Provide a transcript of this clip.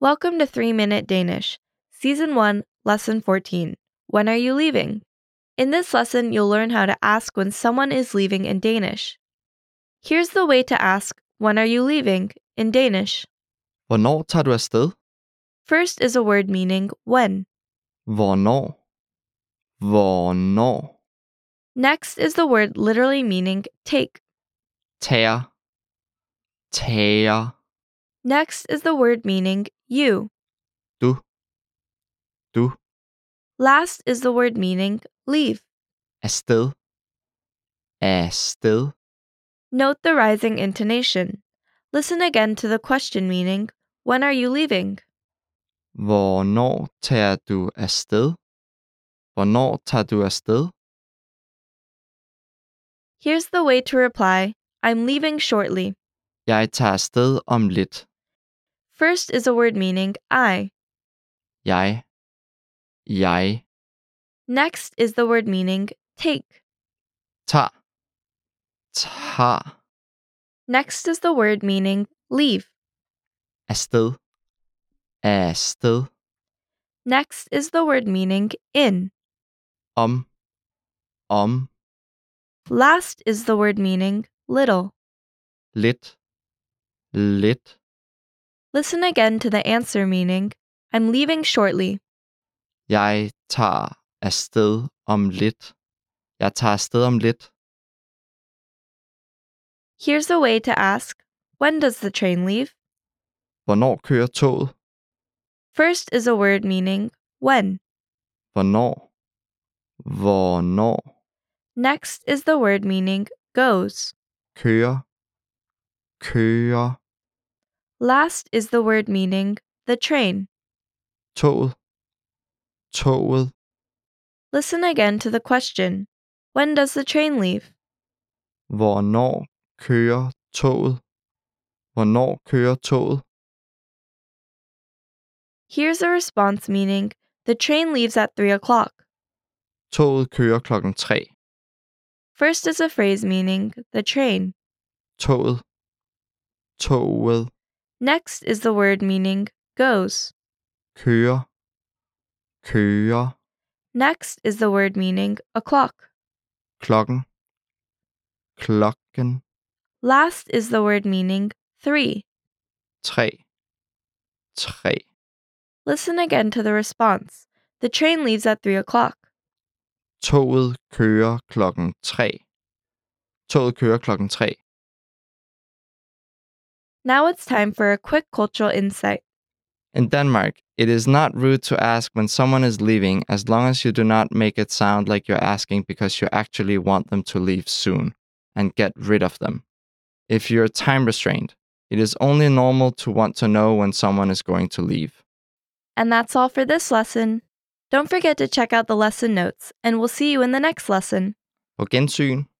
Welcome to 3 Minute Danish, Season 1, Lesson 14. When are you leaving? In this lesson, you'll learn how to ask when someone is leaving in Danish. Here's the way to ask, When are you leaving? in Danish. Hvornår tager du afsted? First is a word meaning when. Hvornår? Hvornår? Next is the word literally meaning take. Tager. Tager. Next is the word meaning you. Du. Du. Last is the word meaning leave. Afsted. Afsted. Note the rising intonation. Listen again to the question meaning, When are you leaving? Hvornår tager du afsted? Hvornår tager du afsted? Here's the way to reply I'm leaving shortly. Jeg tager afsted om lidt. First is a word meaning I. Jeg. Jeg Next is the word meaning take. tager. Tager Next is the word meaning leave. afsted. Afsted. Next is the word meaning in. Om. Om. Last is the word meaning little. Lidt. Lidt. Listen again to the answer meaning I'm leaving shortly. Jeg tager afsted om lidt. Jeg tager afsted om lidt. Here's a way to ask When does the train leave? Hvornår kører toget? First is a word meaning when. Hvornår? Hvornår Next is the word meaning goes. kører? Kører Last is the word meaning the train. toget? Toget. Listen again to the question When does the train leave? Hvornår kører toget? Hvornår kører toget? Here's a response meaning The train leaves at 3 o'clock. Toget kører klokken 3. First is a phrase meaning the train. Toget. Toget Next is the word meaning goes. kører. Kører Next is the word meaning o'clock. klokken. Klokken Last is the word meaning 3. 3. 3. Listen again to the response The train leaves at 3 o'clock. Toget kører klokken 3. Toget kører klokken 3. Now it's time for a quick cultural insight. In Denmark, it is not rude to ask when someone is leaving as long as you do not make it sound like you're asking because you actually want them to leave soon and get rid of them. If you're time restrained, it is only normal to want to know when someone is going to leave. And that's all for this lesson. Don't forget to check out the lesson notes, and we'll see you in the next lesson. På gensyn.